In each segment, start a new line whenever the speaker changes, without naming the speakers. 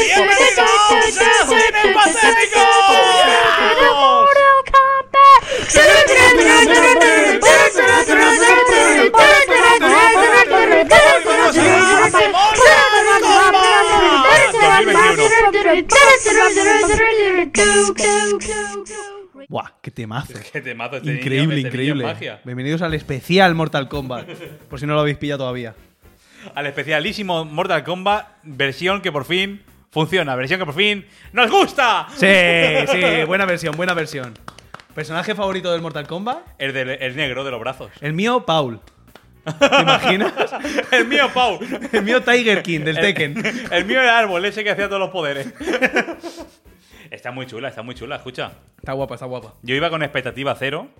Bienvenidos a Cine Pacífico.
Buah, qué temazo.
Qué temazo este niño, este
Increíble,
niño es
increíble.
magia.
Bienvenidos al especial Mortal Kombat. Por si no lo habéis pillado todavía.
Al especialísimo Mortal Kombat, versión que por fin funciona, versión que por fin nos gusta.
Sí, sí, buena versión, buena versión. ¿Personaje favorito del Mortal Kombat?
El, del- el negro de los brazos.
El mío, Paul. ¿Te imaginas?
El mío, Pau.
El mío, Tiger King,
Eh,
del Tekken.
El, el mío era árbol, ese que hacía todos los poderes. Está muy chula, está muy chula, escucha.
Está guapa, está guapa.
Yo iba con expectativa cero.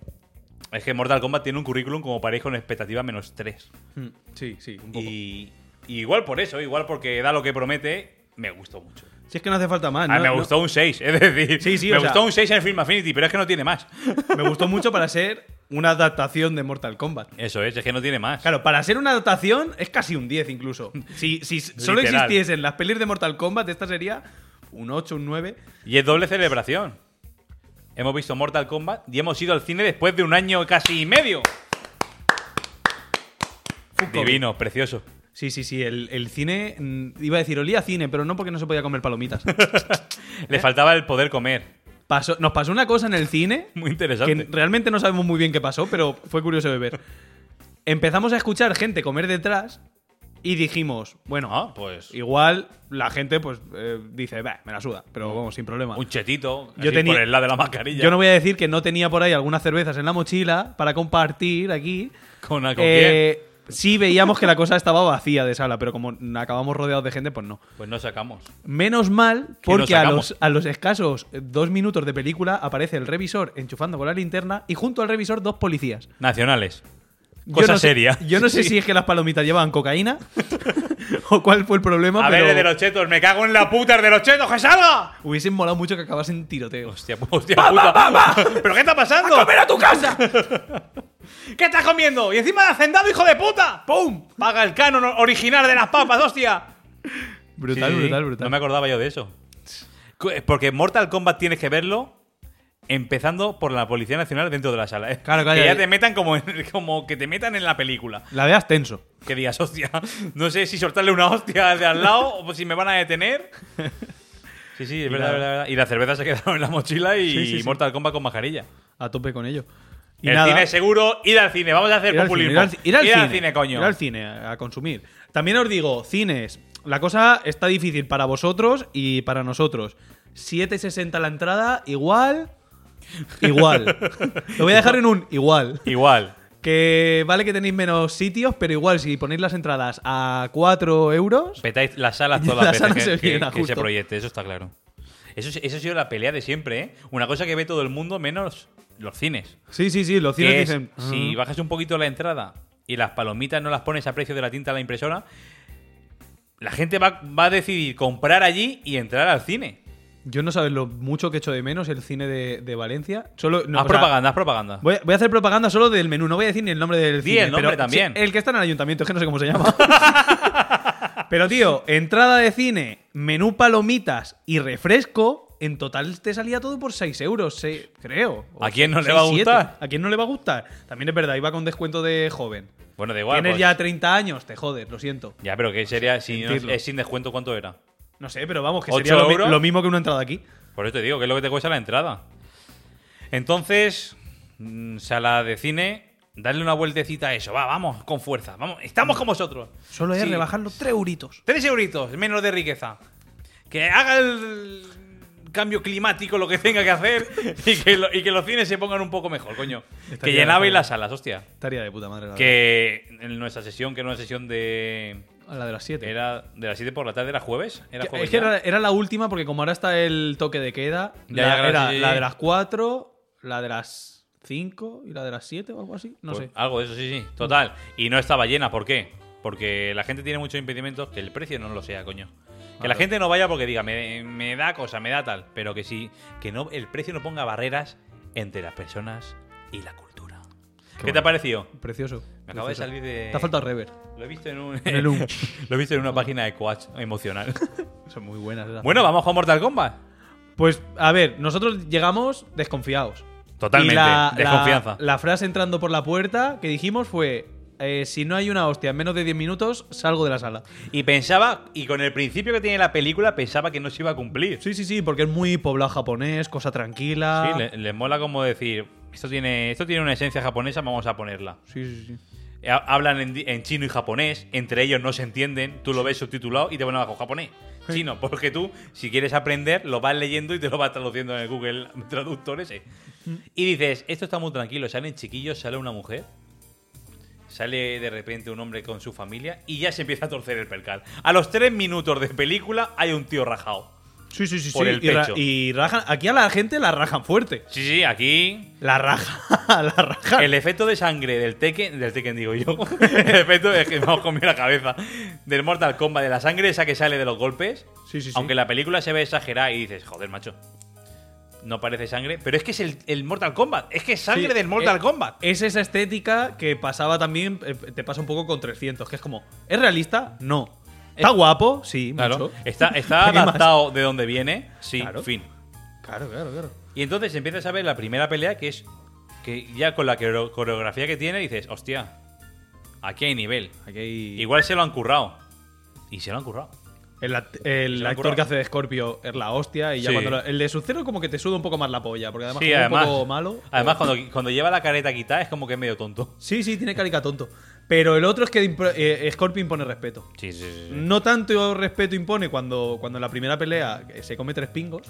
Es que Mortal Kombat tiene un currículum como pareja con expectativa menos tres.
Mm, Sí, sí, un poco.
Y, y igual por eso, igual porque da lo que promete, me gustó mucho.
Si es que no hace falta más, ¿no?
Ah, me
No-
gustó un 6, es decir,
Sí, sí,
me
o sea-
gustó un 6 en el Film Affinity, pero es que no tiene más.
Me gustó mucho para ser una adaptación de Mortal Kombat.
Eso es, es que no tiene más.
Claro, para ser una adaptación es casi un 10 incluso. Si, si solo
Literal.
existiesen las pelis de Mortal Kombat, esta sería un 8, un 9.
Y es doble celebración. Hemos visto Mortal Kombat y hemos ido al cine después de un año casi y medio.
Full
Divino, precioso.
Sí, sí, sí. El, el cine. mm, Iba a decir, olía a cine, pero no porque no se podía comer palomitas. ¿Eh?
Le faltaba el poder comer.
Pasó- nos pasó una cosa en el cine
Muy
que
interesante.
realmente no sabemos muy bien qué pasó, pero fue curioso de ver. Empezamos a escuchar gente comer detrás y dijimos, bueno,
Ah, pues
igual la gente pues eh, dice, "Bah, me la suda, pero vamos, sin problema.
un chetito
Yo
así
tenía-
por el lado de la mascarilla.
Yo no voy a decir que no tenía por ahí algunas cervezas en la mochila para compartir aquí.
¿Con, con
Eh, sí veíamos que la cosa estaba vacía de sala, pero como acabamos rodeados de gente, pues no.
quién? Pues no sacamos.
Menos mal,
Que nos
porque a
sacamos.
los, a los escasos dos minutos de película aparece el revisor enchufando con la linterna y junto al revisor dos policías.
Nacionales.
Yo
Cosa
no sé-
seria.
yo no sé si es que las palomitas llevaban cocaína o cuál fue el problema,
A
pero
ver, el de los chetos, me cago en la puta, el de los chetos, que salga.
hubiesen molado mucho que acabasen tiroteos.
Hostia, pues, hostia, puta. ¿Pero qué está pasando?
a tu casa!
¿Qué estás comiendo? Y encima de hacendado, hijo de puta. ¡Pum! Paga el canon original de las papas, hostia.
Brutal,
Sí, sí, sí.
brutal, brutal.
No me acordaba yo de eso. Cu- Porque Mortal Kombat tienes que verlo empezando por la Policía Nacional dentro de la sala. ¿eh?
Claro, claro,
Que ya
ya-
te metan como, en- como que te metan en la película.
La veas tenso.
Que digas, hostia, no sé si soltarle una hostia al de al lado o si me van a detener. Sí, sí, es verdad,
nada.
verdad, verdad. Y la cerveza se quedaron en la mochila y
Sí, sí, sí.
Mortal Kombat con mascarilla.
A tope con ello. Y
el
nada,
cine es seguro, ir al cine. Vamos a hacer
ir al cine, ir
populismo.
al, ir al
Ir
cine,
coño.
Ir al cine a, a consumir. También os digo, cines. La cosa está difícil para vosotros y para nosotros. 7.60 la entrada, igual. Igual. Lo voy a dejar en un igual.
Igual.
Que vale que tenéis menos sitios, pero igual si ponéis las entradas a 4 euros.
Petáis las salas todas
La
las
sala
veces que-
se
que,
llena,
que se
justo.
proyecte, eso está claro. Eso, es- eso ha sido la pelea de siempre, ¿eh? Una cosa que ve todo el mundo menos los cines.
Sí, sí, sí, los
Que
cines
es,
dicen. "Mm".
Si bajas un poquito la entrada y las palomitas no las pones a precio de la tinta de la impresora, la gente va, va a decidir comprar allí y entrar al cine.
Yo no sabes lo mucho que echo de menos el cine de, de Valencia. Solo, no,
haz
o sea,
propaganda, haz propaganda.
Voy a, voy a hacer propaganda solo del menú, no voy a decir ni el nombre del
Di
cine.
el nombre
pero-
también.
sí, el que está en el ayuntamiento, es que no sé cómo se llama. pero, tío, entrada de cine, menú palomitas y refresco, en total te salía todo por 6 euros, se- creo. O
¿A quién no le va a
6,7.
gustar?
¿A quién no le va a gustar? También es verdad, iba con descuento de joven.
Bueno, da igual.
Tienes
pues.
ya 30 años, te jodes, lo siento.
Ya, pero que sería si no-
sentirlo.
es sin descuento cuánto era.
No sé, pero vamos, que
¿Ocho
sería lo, mi-
euros?
lo mismo que una entrada aquí.
Por eso te digo, que es lo que te cuesta la entrada. Entonces, mm, sala de cine, darle una vueltecita a eso. Va, vamos, con fuerza. Vamos, estamos con vosotros.
Mm. Solo es
Sí.
rebajar los 3 euritos.
Tres euritos, menos de riqueza. Que haga el cambio climático lo que tenga que hacer y que, lo- y que los cines se pongan un poco mejor, coño. que
Estaría
llenabais
mejor.
las salas, hostia.
Estaría de puta madre la
Que en nuestra sesión, que era una sesión de...
verdad. La de las 7.
Era de las 7 por la tarde, era jueves. Era
Que-
jueves
es que
ya.
era, era la última, porque como ahora está el toque de queda,
Ya,
la-
ya, claro,
era
sí, sí.
la de las 4, la de las 5 y la de las 7 o algo así. No
Pues
sé. Mm.
Algo de eso, sí, sí. Total. Y no estaba llena, ¿por qué? Porque la gente tiene muchos impedimentos que el precio no lo sea, coño. Que la gente no vaya porque diga, me, me da cosa, me da tal. Pero que sí, que no, el precio no ponga barreras entre las personas y la cultura. ¿Qué, te ha parecido?
Precioso.
Me acaba de
precioso.
salir de.
Te ha faltado rever.
Lo he visto en un.
En el um.
lo he visto en una página de coach emocional.
Son muy buenas. esas.
bueno, vamos a jugar Mortal Kombat.
Pues, a ver, nosotros llegamos desconfiados.
Totalmente,
Y la-
desconfianza.
La, la frase entrando por la puerta que dijimos fue: eh, Si no hay una hostia en menos de 10 minutos, salgo de la sala.
Y pensaba, y con el principio que tiene la película, pensaba que no se iba a cumplir.
Sí, sí, sí, porque es muy poblado japonés, cosa tranquila.
Sí, le- les mola como decir, esto tiene, esto tiene una esencia japonesa, vamos a ponerla. Eh,
sí, sí, sí.
Ha- Hablan en, di- en chino y japonés, entre ellos no se entienden, tú lo ves subtitulado y te ponen abajo japonés. Chino, porque tú, si quieres aprender, lo vas leyendo y te lo vas traduciendo en el Google Traductor ese. Y dices, esto está muy tranquilo, salen chiquillos, sale una mujer, sale de repente un hombre con su familia y ya se empieza a torcer el percal. A los tres minutos de película hay un tío rajado.
Sí, sí, sí,
Por
sí.
el
y, ra-
pecho.
y rajan, aquí a la gente la rajan fuerte.
Sí, sí, aquí
La raja, la raja.
El efecto de sangre del Tekken, del Tekken digo yo, el efecto de que me hemos comido la cabeza, del Mortal Kombat, de la sangre esa que sale de los golpes,
Sí, sí, sí.
aunque la película se ve exagerada y dices, joder, macho, no parece sangre, pero es que es el, el Mortal Kombat, es que es sangre
Sí,
del Mortal
eh,
Kombat.
Es esa estética que pasaba también, eh, te pasa un poco con 300, que es como, ¿es realista? No. ¿Está guapo? Sí,
Eh, Claro, Eh,
mucho.
está, está
¿Qué más?
adaptado de donde viene, sí,
Claro.
fin.
Claro, claro, claro.
Y entonces empiezas a ver la primera pelea que es, que ya con la coreo- coreografía que tiene dices, hostia, aquí hay nivel.
Aquí hay-
Igual se lo han currado. Y se lo han currado.
El, act- el
Se me ha
actor que
currado.
hace de Scorpio es la hostia y ya
Sí.
cuando lo- el de Sub-Zero como que te suda un poco más la polla, porque además
Sí,
como es
además.
un poco malo.
Además, cuando, cuando lleva la careta quitada es como que es medio tonto.
Sí, sí, tiene carica tonto. Pero el otro es que impro- eh, Scorpio impone respeto.
Sí, sí, sí.
No tanto respeto impone cuando, cuando en la primera pelea eh, se come tres pingos.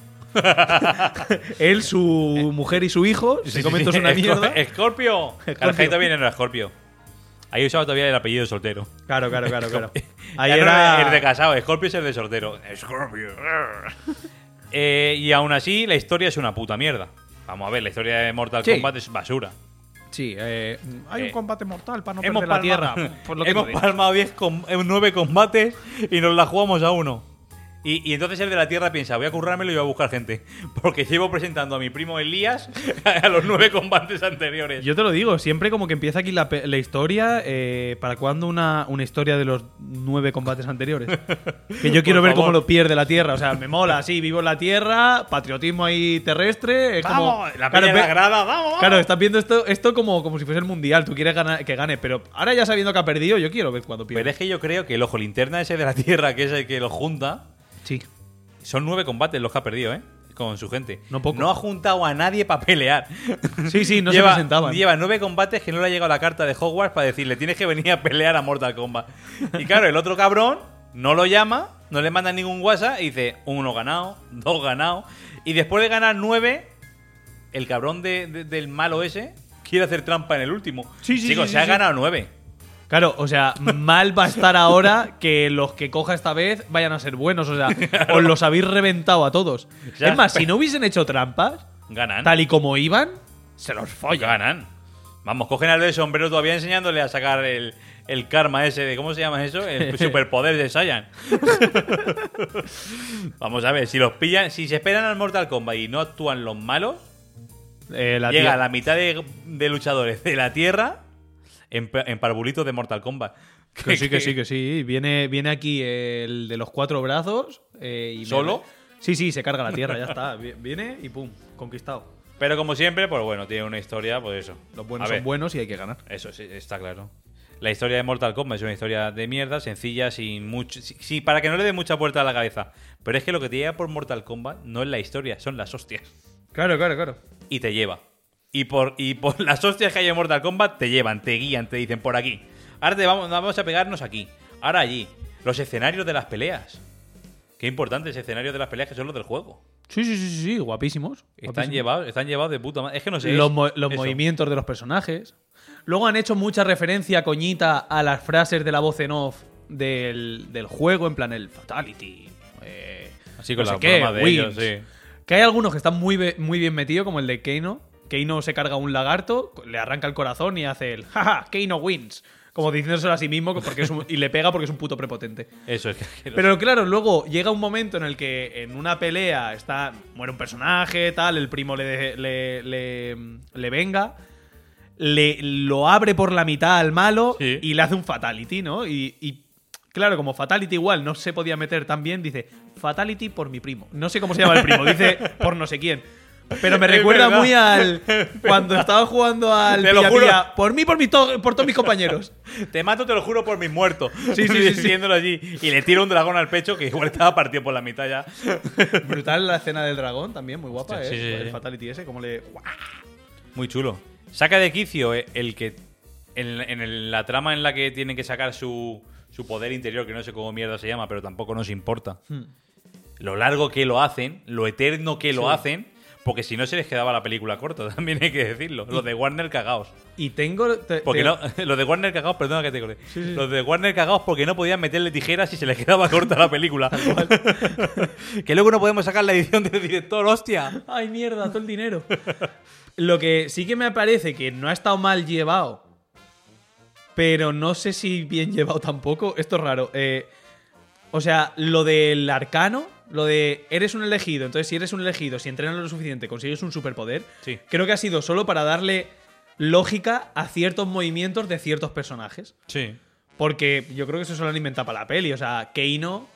Él, su mujer y su hijo se comen todos una mierda.
Scorpio. Carajito viene no Scorpio. Ahí usaba todavía el apellido de soltero.
Claro, claro, claro, claro. Ahí
Ya no
era.
El de casado, Scorpio es el de soltero. Scorpio. Eh, y aún así, la historia es una puta mierda. Vamos a ver, la historia de Mortal
Sí.
Kombat es basura.
Sí, eh, hay un
Eh,
combate mortal para no
hemos
perder la tierra.
palmado,
por lo que
hemos
tú dices.
palmado 10 com- eh, nueve combates y nos la jugamos a uno. Y, y entonces el de la Tierra piensa, voy a currármelo y voy a buscar gente. Porque llevo presentando a mi primo Elías a los nueve combates anteriores.
Yo te lo digo, siempre como que empieza aquí la, pe- la historia. eh, ¿Para cuándo una, una historia de los nueve combates anteriores? Que yo quiero
Por
ver cómo
favor.
lo pierde la tierra. O sea, me mola, sí, vivo en la tierra, patriotismo ahí terrestre. Es como-
¡Vamos! la
Claro,
peña en la
ve-
grada, ¡vamos, vamos!
Claro, estás viendo esto, esto como, como si fuese el mundial. Tú quieres ganar, que gane, pero ahora ya sabiendo que ha perdido, yo quiero ver cuando
Pero
pierde.
es que yo creo que el ojo linterna ese de la Tierra, que es el que lo junta,
Sí.
son nueve combates los que ha perdido, ¿eh? Con su gente.
No poco.
ha juntado a nadie para pelear.
Sí, sí, no
lleva,
se presentaban.
Lleva nueve combates que no le ha llegado la carta de Hogwarts para decirle tienes que venir a pelear a Mortal Kombat. Y claro, el otro cabrón no lo llama, no le manda ningún WhatsApp y dice uno ganado, dos ganado. Y después de ganar nueve, el cabrón de- de- del malo ese quiere hacer trampa en el último.
Sí, sí,
Chicos,
sí,
se
sí,
ha
sí.
ganado nueve.
Claro, o sea, mal va a estar ahora que los que coja esta vez vayan a ser buenos. O sea, os los habéis reventado a todos.
Ya.
Es más, si no hubiesen hecho trampas,
Ganan.
tal y como iban, se los
Oye,
follan.
ganan. Vamos, cogen al de sombrero todavía enseñándole a sacar el, el karma ese de. ¿Cómo se llama eso? El superpoder de Saiyan. Vamos a ver, si los pillan, si se esperan al Mortal Kombat y no actúan los malos,
Eh, la
llega
tía-
a la mitad de, de luchadores de la Tierra en, pa- en parvulitos de Mortal Kombat.
Que sí, que sí, que sí. Viene, viene aquí el de los cuatro brazos. eh, y me-
¿Solo?
Sí, sí, se carga la tierra, ya está. Vi- Viene y pum, conquistado.
Pero como siempre, pues bueno, tiene una historia, pues eso.
Los buenos
A ver.
son buenos y hay que ganar.
Eso sí, está claro. La historia de Mortal Kombat es una historia de mierda, sencilla, sin mucho. Sí, sí, para que no le dé mucha vuelta a la cabeza. Pero es que lo que te lleva por Mortal Kombat no es la historia, son las hostias.
Claro, claro, claro.
Y te lleva. Y por, y por las hostias que hay en Mortal Kombat te llevan, te guían, te dicen por aquí. Ahora te vamos, vamos a pegarnos aquí, ahora allí. Los escenarios de las peleas. Qué importantes escenarios de las peleas que son los del juego.
Sí, sí, sí, sí, sí, guapísimos.
Están
guapísimos.
llevados, están llevados de puta madre. Es que no sé.
los,
es-
mo- los
eso.
movimientos de los personajes. Luego han hecho mucha referencia, coñita, a las frases de la voz en off del, del juego, en plan el Fatality. eh,
Así con
no sé
las
qué,
bromas de
wins.
ellos, sí.
Que hay algunos que están muy, be- muy bien metidos, como el de Keino. Keino se carga un lagarto, le arranca el corazón y hace el jaja, Keino wins. Como diciéndoselo a sí mismo porque es un- y le pega porque es un puto prepotente.
Eso es que.
Pero claro, luego llega un momento en el que en una pelea está muere un personaje, tal, el primo le, le, le, le venga. le lo abre por la mitad al malo
Sí.
y le hace un fatality, ¿no? Y, y, claro, como fatality igual no se podía meter tan bien, dice fatality por mi primo. No sé cómo se llama el primo, dice por no sé quién. Pero me
Es
recuerda
verdad.
muy al cuando estaba jugando al
Te lo
pilla,
juro.
pilla, por mí, por, mis to- por todos mis compañeros.
Te mato, te lo juro, por mis muertos.
Sí, sí, sí, sí.
Diciéndolo allí. Y le tiro un dragón al pecho que igual estaba partido por la mitad ya.
Brutal la escena del dragón también, muy
Sí,
guapa, ¿eh?
sí, sí,
el
sí.
fatality ese, como le
Muy chulo. Saca de quicio eh, el que. En, en el- la trama en la que tienen que sacar su, su poder interior, que no sé cómo mierda se llama, pero tampoco nos importa.
Hmm.
Lo largo que lo hacen, lo eterno que lo hacen, porque si no se les quedaba la película corta, también hay que decirlo. Los de Warner cagaos.
Y tengo. te-
Porque
te-
no, los de Warner cagados, perdona que te corte.
sí.
Los de Warner cagados porque no podían meterle tijeras y se les quedaba corta la película. que luego no podemos sacar la edición del director, hostia.
Ay, mierda, todo el dinero. Lo que sí que me parece que no ha estado mal llevado, pero no sé si bien llevado tampoco. Esto es raro. Eh, o sea, lo del arcano, lo de eres un elegido, entonces si eres un elegido, si entrenas lo suficiente, consigues un superpoder.
Sí.
Creo que ha sido solo para darle lógica a ciertos movimientos de ciertos personajes.
Sí.
Porque yo creo que eso se lo han inventado para la peli. O sea, Keino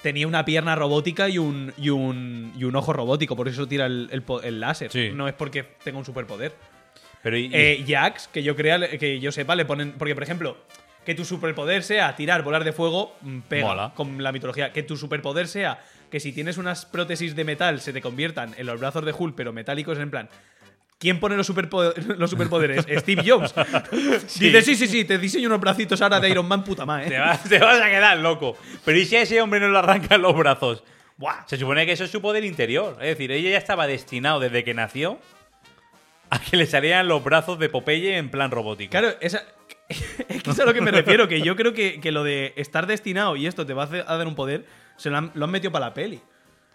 tenía una pierna robótica y un, y un, y un ojo robótico. Por eso tira el, el po- el láser.
Sí.
No es porque tenga un superpoder.
Pero y- y-
Eh, Jax, que yo crea, que yo sepa, le ponen. Porque, por ejemplo, que tu superpoder sea tirar, volar de fuego, mm, pega
Mola.
con la mitología. Que tu superpoder sea que si tienes unas prótesis de metal se te conviertan en los brazos de Hulk, pero metálicos en plan. ¿Quién pone los, superpo- los superpoderes? Steve Jobs. Dice, sí, sí, sí, te diseño unos bracitos ahora de Iron Man, puta más,
Te
¿eh?
vas, te vas a quedar loco. Pero ¿y si a ese hombre no le arrancan los brazos? Buah, se supone que eso es su poder interior. Es decir, ella ya estaba destinado desde que nació a que le salieran los brazos de Popeye en plan robótico.
Claro, esa, es que es a lo que me refiero, que yo creo que, que lo de estar destinado y esto te va a hacer- a dar un poder, se lo han, lo han metido para la peli.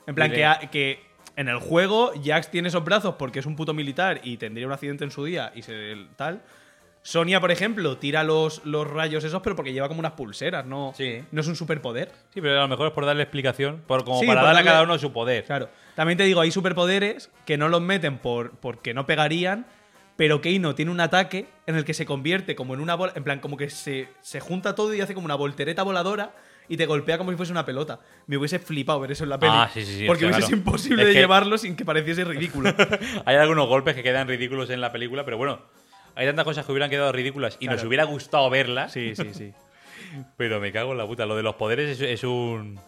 En plan,
Mire.
que, ha- que en el juego Jax tiene esos brazos porque es un puto militar y tendría un accidente en su día y se tal. Sonia, por ejemplo, tira los, los rayos esos, pero porque lleva como unas pulseras, ¿no?
Sí.
No es un superpoder.
Sí, pero a lo mejor es por darle explicación, por, como
Sí,
para
por
darle a
darle-
cada uno su poder.
Claro. También te digo, hay superpoderes que no los meten por, porque no pegarían, pero Keino tiene un ataque en el que se convierte como en una bola. En plan, como que se, se junta todo y hace como una voltereta voladora y te golpea como si fuese una pelota. Me hubiese flipado ver eso en la peli.
Ah, sí, sí, sí,
porque
claro.
hubiese sido imposible
Es
de
que-
llevarlo sin que pareciese ridículo.
Hay algunos golpes que quedan ridículos en la película, pero bueno, hay tantas cosas que hubieran quedado ridículas y nos
Claro.
hubiera gustado verlas.
sí, sí, sí.
Pero me cago en la puta, lo de los poderes es, es un.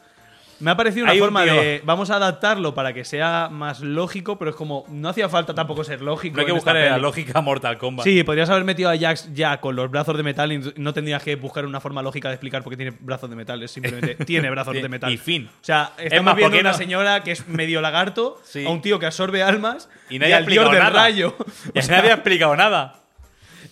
Me ha parecido una
Hay un
forma
tío-
de. Vamos a adaptarlo para que sea más lógico, pero es como. No hacía falta tampoco ser lógico.
No hay que
en esta
buscar la
peli.
lógica Mortal Kombat.
Sí, podrías haber metido a Jax ya con los brazos de metal y no tendrías que buscar una forma lógica de explicar por qué tiene brazos de metal. Es simplemente tiene brazos de metal.
Y fin.
O sea, estamos
más, ¿por
viendo
qué
a una
no?
señora que es medio lagarto,
Sí.
a un tío que absorbe almas
Y
y,
nadie ha
al dios
explicado
del
nada.
rayo.
Y nadie ha explicado nada.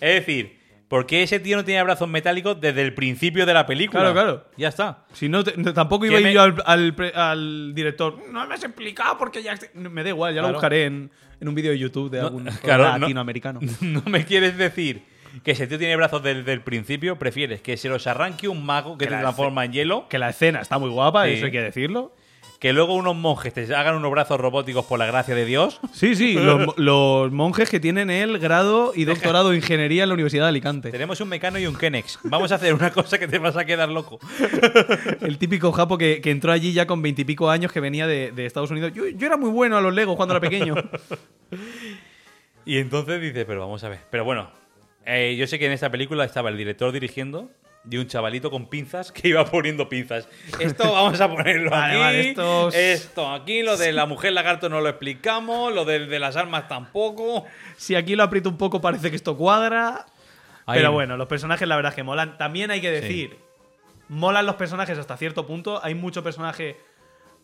Es decir, ¿por qué ese tío no tenía brazos metálicos desde el principio de la película?
Claro, claro.
Ya está.
Si no, te- no, tampoco
Que
iba a ir
me-
yo al, al pre- al director. No me has explicado por qué Jax. No, Me da igual, ya
Claro.
lo buscaré en, en un vídeo de YouTube de algún
claro, no.
latinoamericano.
¿No me quieres decir que ese tío tiene brazos desde el principio? ¿Prefieres que se los arranque un mago que,
Que
te
la
transforma en hielo?
Que la escena está muy guapa,
Sí.
eso hay que decirlo.
Que luego unos monjes te hagan unos brazos robóticos por la gracia de Dios.
Sí, sí, los, mo- los monjes que tienen el grado y doctorado en ingeniería en la Universidad de Alicante.
Tenemos un mecano y un Kenex. Vamos a hacer una cosa que te vas a quedar loco.
El típico japo que, que entró allí ya con veintipico años que venía de, de Estados Unidos. Yo, yo era muy bueno a los Legos cuando era pequeño.
Y entonces dice, pero vamos a ver. Pero bueno, eh, yo sé que en esta película estaba el director dirigiendo y un chavalito con pinzas que iba poniendo pinzas. Esto vamos a ponerlo
Vale,
aquí.
vale, esto es-
Esto aquí, lo de la mujer lagarto no lo explicamos, lo de, de las armas tampoco.
si aquí lo aprieto un poco parece que esto cuadra.
Ahí.
Pero bueno, los personajes la verdad es que molan. También hay que decir, molan los personajes hasta cierto punto. Hay mucho personaje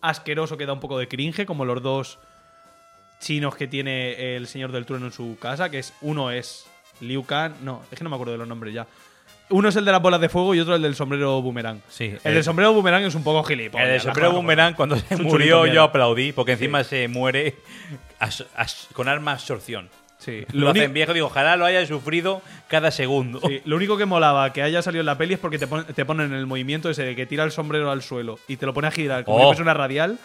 asqueroso que da un poco de cringe, como los dos chinos que tiene el señor del trueno en su casa, que es uno es Liu Kang, no, es que no me acuerdo de los nombres ya. Uno es el de las bolas de fuego y otro el del sombrero boomerang.
Sí,
el,
el-
del sombrero boomerang es un poco gilipollas.
el de
la
Sombrero
cosa como-
Boomerang, cuando se
un
murió,
chulito
yo
mierda.
aplaudí, porque encima se muere as- as- con arma absorción.
Sí.
Lo,
Lo, uni-
hacen viejo, digo, ojalá lo haya sufrido cada segundo.
Sí, lo único que molaba que haya salido en la peli es porque te, pon- te ponen el movimiento ese de que tira el sombrero al suelo y te lo pone a girar como
Oh.
si fuese una radial.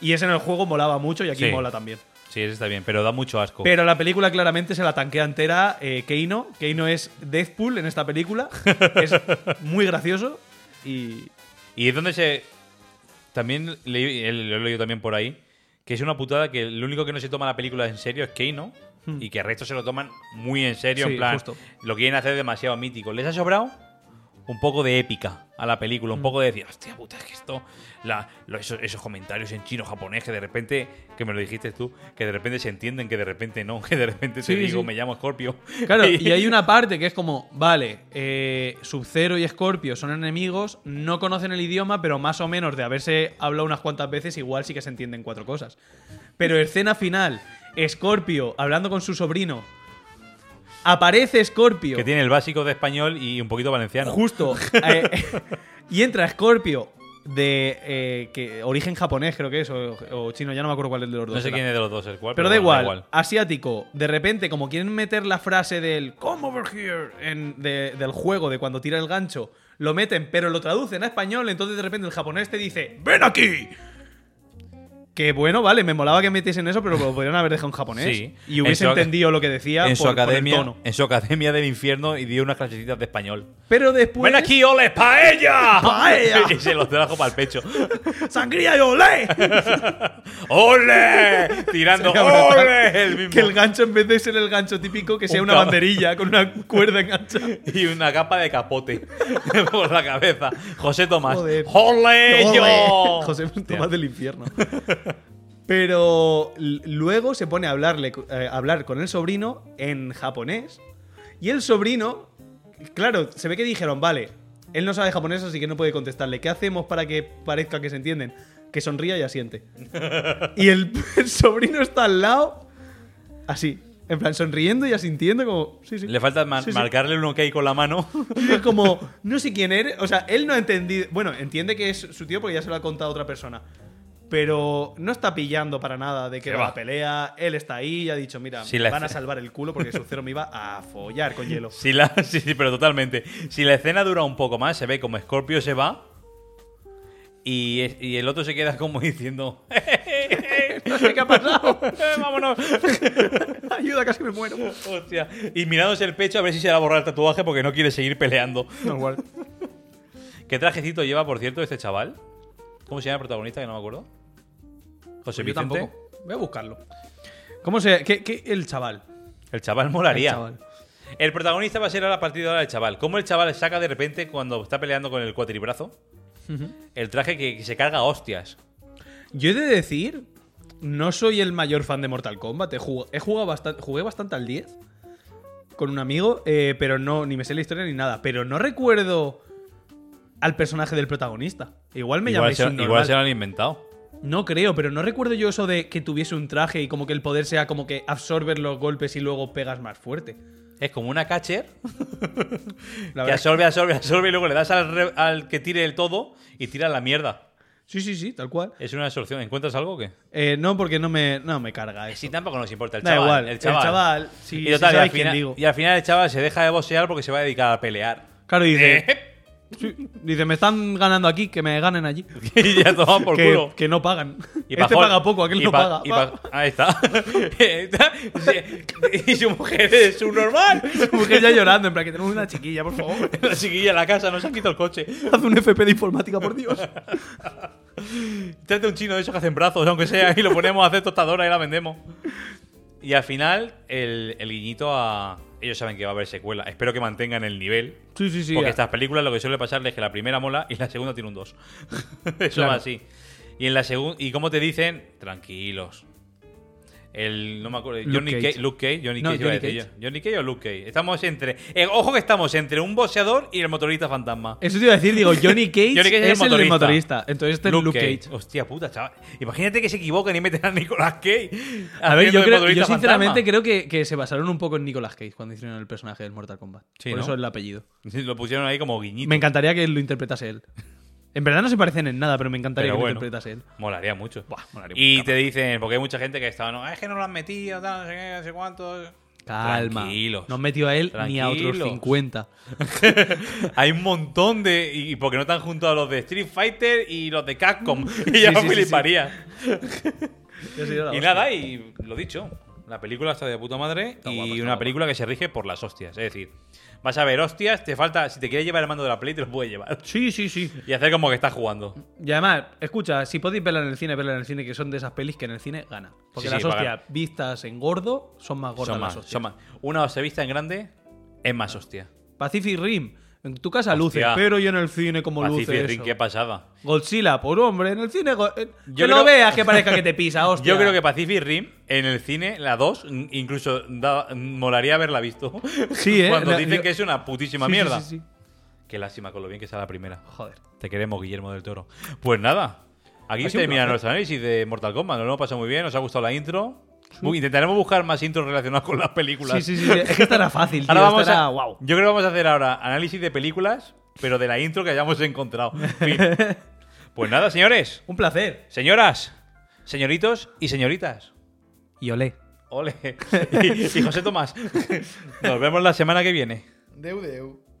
Y ese en el juego molaba mucho y aquí
Sí.
mola también.
Sí, eso está bien, pero da mucho asco.
Pero la película claramente se la tanquea entera eh, Keino. Keino es Deathpool en esta película. es muy gracioso. Y.
Y es donde se. También leí- eh, lo he leído también por ahí. Que es una putada que lo único que no se toma la película en serio es Keino. Y que el resto se lo toman muy en serio.
Hmm. Sí,
en plan,
justo.
lo quieren hacer demasiado mítico. Les ha sobrado un poco de épica a la película. Un
Hmm.
poco de decir, hostia puta, es que esto. la- lo- esos, esos comentarios en chino, japonés, que de repente. Que me lo dijiste tú. Que de repente se entienden, que de repente no. Que de repente
Sí,
te digo,
sí.
me llamo Scorpio.
Claro, y hay una parte que es como, vale, eh, Sub-Zero y Scorpio son enemigos, no conocen el idioma, pero más o menos de haberse hablado unas cuantas veces, igual sí que se entienden cuatro cosas. Pero escena final, Scorpio hablando con su sobrino. Aparece Scorpio.
Que tiene el básico de español y un poquito valenciano.
Justo. eh, y entra Scorpio de eh, que, origen japonés, creo que es, o, o chino, ya no me acuerdo cuál es de los dos.
no sé
era.
quién es de los dos el cual.
Pero da
bueno,
igual, asiático, de repente, como quieren meter la frase del come over here en- de- del juego, de cuando tira el gancho, lo meten, pero lo traducen a español, entonces de repente el japonés te dice ¡Ven aquí! Que bueno, vale, me molaba que metiesen eso, pero lo podrían haber dejado en japonés.
Sí.
Y hubiese
En su-
entendido lo que decía
en su
por- por el
academia
tono.
en su academia del infierno y dio unas clasecitas de español
Pero después.
Pues- ven aquí ole paella
Paella.
y se los trajo para el pecho
¡Sangría y olé!
ole tirando
Sería brutal.
ole el mismo.
Que el gancho, en vez de ser el gancho típico, que sea
Un
una
cab-
banderilla con una cuerda enganchada.
y una capa de capote por la cabeza José Tomás
Joder.
ole yo
¡Ole! José
Hostia.
Tomás del infierno. Pero l- luego se pone a hablarle, eh, a hablar con el sobrino en japonés. Y el sobrino, claro, se ve que dijeron, vale, él no sabe japonés, así que no puede contestarle. ¿Qué hacemos para que parezca que se entienden? Que sonría y asiente. y el, el sobrino está al lado, así, en plan, sonriendo y asintiendo, como, sí, sí.
le falta ma-
Sí, sí.
marcarle un ok con la mano
Y es como, no sé quién eres. O sea, él no ha entendido. Bueno, entiende que es su tío porque ya se lo ha contado otra persona. Pero no está pillando para nada de que
Qué
va
va.
la pelea. Él está ahí y ha dicho, mira,
Sí,
me
la
van a
escena.
salvar el culo porque su cero me iba a follar con hielo.
Si la, sí, sí, pero totalmente. Si la escena dura un poco más, se ve como Scorpio se va y, es- y el otro se queda como diciendo...
No sé qué ha pasado.
Vámonos.
Ayuda, casi me muero.
Hostia. Y mirándose el pecho a ver si se le va a borrar el tatuaje porque no quiere seguir peleando.
Normal.
¿Qué trajecito lleva, por cierto, este chaval? ¿Cómo se llama el protagonista? Que no me acuerdo. José
Yo
Vicente.
tampoco. Voy a buscarlo. ¿Cómo se.? ¿Qué, qué- el chaval?
El chaval molaría.
El chaval.
El protagonista va a ser ahora a partir de ahora el chaval. ¿Cómo el chaval saca de repente cuando está peleando con el cuatribrazo? El traje que, que se carga a hostias.
Yo he de decir, no soy el mayor fan de Mortal Kombat. He jugado, he jugado bastan- jugué bastante al 10 con un amigo, eh, pero no, ni me sé la historia ni nada. Pero no recuerdo al personaje del protagonista. Igual me
igual,
llamáis
se,
subnormal.
igual se lo han inventado.
No creo, pero no recuerdo yo eso de que tuviese un traje y como que el poder sea como que absorber los golpes y luego pegas más fuerte.
Es como una catcher
La
que
verdad.
absorbe, absorbe, absorbe y luego le das al, re- al que tire el todo y tira la mierda.
Sí, sí, sí, tal cual.
Es una solución. ¿Encuentras algo o qué?
Eh, no, porque no me, no me carga eso.
Sí, tampoco nos importa el
Da
chaval.
igual,
el chaval.
el chaval, sí, sí
total,
sabéis
al
quién
final,
digo.
y al final el chaval se deja de boxear porque se va a dedicar a pelear.
Claro, dice,
Eh,
sí, dice, me están ganando aquí, que me ganen allí.
y ya toma por
que,
culo.
que no pagan. este
Pajol-
paga poco, aquel
y
no
pa-
paga.
y pa- ahí está. y su mujer es un normal.
La mujer ya llorando, en plan, que tenemos una chiquilla, por favor.
La chiquilla en la casa, no se han quitado el coche.
Haz un FP de informática, por Dios.
Trate un chino de esos que hacen brazos, aunque sea, y lo ponemos a hacer tostadora y la vendemos. Y al final, el, el guiñito a. Ellos saben que va a haber secuela. Espero que mantengan el nivel.
Sí, sí, sí.
porque
ya.
estas películas lo que suele pasarles es que la primera mola y la segunda tiene un 2. Eso
Claro.
va así. Y en la segunda. ¿Y cómo te dicen? Tranquilos. El. No me acuerdo.
Luke
Johnny
Cage.
Cage. Luke Cage. Johnny
No,
Cage. iba a
Johnny
decir
Cage.
yo. Johnny Cage o Luke Cage. Estamos entre. eh, ojo que estamos entre un boxeador y el motorista fantasma.
Eso te iba a decir, digo, Johnny Cage,
Johnny Cage
es el del motorista. Entonces este es Luke Cage.
Hostia puta, chaval. Imagínate que se equivoquen y meten a Nicolas Cage.
A ver,
haciendo
yo,
de
creo-
motorista
yo sinceramente
fantasma.
creo que, que se basaron un poco en Nicolas Cage cuando hicieron el personaje del Mortal Kombat.
Sí,
por
¿no?
eso el apellido.
Lo pusieron ahí como guiñito.
Me encantaría que lo interpretase él. En verdad no se parecen en nada, pero me encantaría
Pero
que
bueno.
lo interpretase él.
Molaría mucho.
molaría
y
mucho,
te dicen, porque hay mucha gente que estaba, no, es que no lo han metido, tal, no sé qué, no sé cuántos.
Calma.
Tranquilos.
No han metido a él ni a otros
Tranquilos.
50.
hay un montón de. Y porque no están juntos a los de Street Fighter y los de Capcom. y ya
Mm.
me
Sí, sí, sí,
fliparía.
Yo soy la
Y
hostia.
nada, y lo dicho, la película está de puta madre y
guapa, está
una
guapa.
película que se rige por las hostias. Es decir, vas a ver hostias, te falta, si te quieres llevar el mando de la Play, te lo puedes llevar.
Sí, sí, sí.
Y hacer como que estás jugando.
Y además, escucha, si podéis verla en el cine, verla en el cine, que son de esas pelis que en el cine gana. Porque
Sí,
las
sí, va a
hostias
ganar.
vistas en gordo son más gordas
Son más,
las hostias.
son más. Una hostia vista en grande es más hostia.
Pacific Rim, en tu casa luces,
Hostia.
pero yo en el cine como
Pacific
luces.
Rim,
eso.
qué pasada.
Godzilla, por hombre, en el cine. go- eh, que
Yo
no
creo-
veas que parezca que te pisa, hostia.
Yo creo que Pacific Rim, en el cine, la 2, mm, incluso da- mm, molaría haberla visto.
Sí, ¿eh?
Cuando
La-
dicen
yo-
que es una putísima
Sí, sí,
mierda.
sí, sí.
Qué lástima con lo bien que sea la primera.
Joder.
Te queremos, Guillermo del Toro. Pues nada, aquí
Ha sido un
termina
placer.
nuestro análisis de Mortal Kombat. Nos lo hemos pasado muy bien, nos ha gustado la intro. Bu- Intentaremos buscar más intros relacionadas con las
Sí,
películas.
sí, sí. sí. Es que estará fácil, tío.
Ahora vamos
estará
a,
guau.
Yo creo que vamos a hacer ahora análisis de películas, pero de la intro que hayamos encontrado. Fin. pues nada, señores,
Un placer.
señoras, señoritos y señoritas.
Y olé.
Ole. Y, y José Tomás. Nos vemos la semana que viene.
Deu, deu.